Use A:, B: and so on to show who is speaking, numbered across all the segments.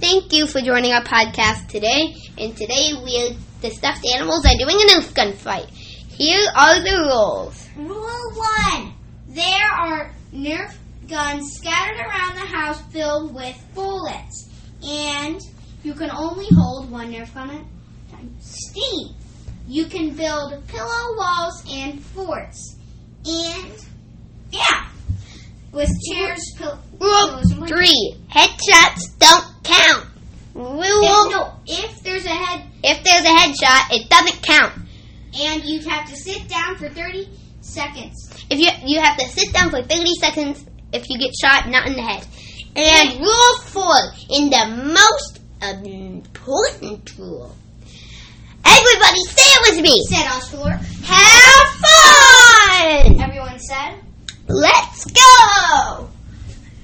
A: Thank you for joining our podcast today. And today we the stuffed animals are doing an oof gun fight. Here are the rules.
B: Rule one there are Nerf guns scattered around the house filled with bullets. And you can only hold one Nerf gun at a time. Steam. You can build pillow walls and forts. And, yeah, with chairs, pill-
A: Rule
B: pillows, and blankets.
A: three: headshots don't count. Rule:
B: If, no, if there's a head,
A: if there's a headshot, it doesn't count.
B: and you have to sit down for 30 seconds.
A: If you you have to sit down for 30 seconds if you get shot, not in the head. And rule four, in the most important rule. Everybody say it with me.
B: Said Oscar.
A: Have fun.
B: Everyone said.
A: Let's go.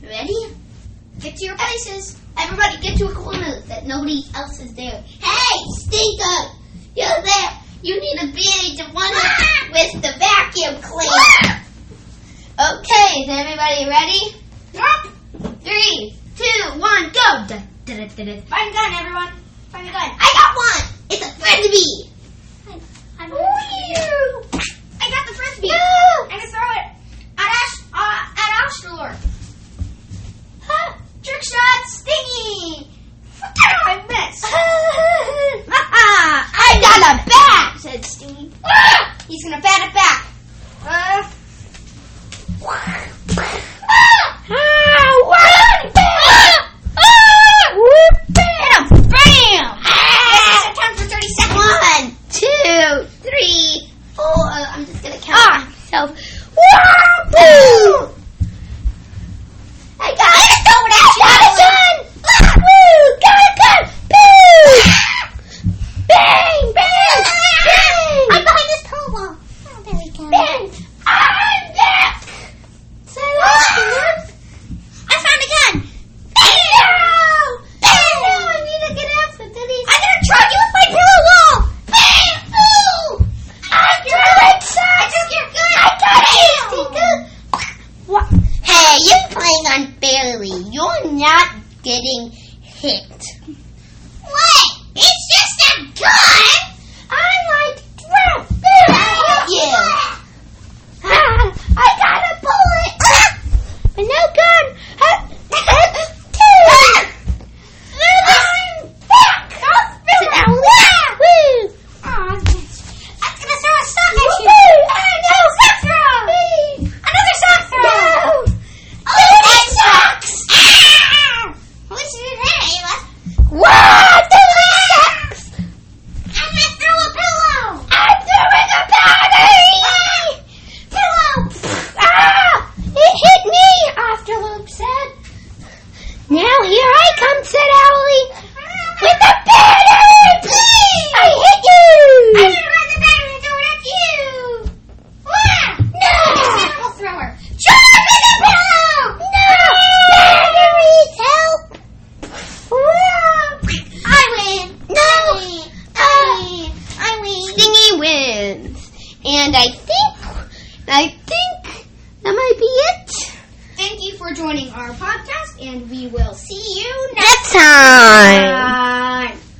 B: Ready? Get to your places. Everybody get to a corner that nobody else is there. Hey, stinker! You're there. You need a bandage of one of- with the vacuum cleaner. okay, is everybody ready? Yep. Three, two, one, go! Da, da, da, da, da. Find a gun, everyone. Find a gun.
A: I got one. It's a frisbee.
B: I'm I got the frisbee. I'm gonna throw it at Ash uh, at Ashlar. Huh? Trick shot, stingy. I missed.
A: I got a bat.
B: Said Stingy. Ah! He's gonna bat it back. Uh, ah!
A: And a Ah! bam!
B: Yes, it counts for thirty seconds.
A: One, two, three,
B: Oh, uh, I'm just gonna count.
A: ah, myself. Wahoo! I got it! Someone else got it, son! Woo! Got it, got it! Boo! Bang! Bang! Bang! I'm behind this pole wall.
B: Oh, there we go.
A: Bang! I'm back! So ah! I found a gun! Bang! Bang! I need to get out from these. I'm gonna charge you with my pillow wall! Bang! Boo! I'm good! I took your gun! I got it! What? Hey, you're playing unfairly. You're not getting hit. What? It's just a gun! I'm like, you. Ah, I got a bullet! Ah, but no gun! Ah, I'm back! Sit down. Woo!
B: Aw, yes. I'm gonna throw a sock at you.
A: Woo!
B: no, sock throw! Another sock
A: No!
B: throw! Oh,
A: That
B: it's
A: sucks!
B: Ah! At least you didn't hit anyone.
A: Wow, that sucks!
B: I'm gonna throw a pillow!
A: I'm doing a party! Pillow! Ah! It hit me! Afterloop said. Now here I come, said Owly. With the party! I hit you!
B: I'm gonna run the bathroom and throw it at you! Ah! It's an
A: no!
B: animal thrower.
A: Charge with the pillow! No! Batteries, help!
B: I win!
A: No!
B: I win! I win!
A: Stingy wins. And I think, I think that might be it.
B: Thank you for joining our podcast, and we will see you next
A: Next time.
B: time.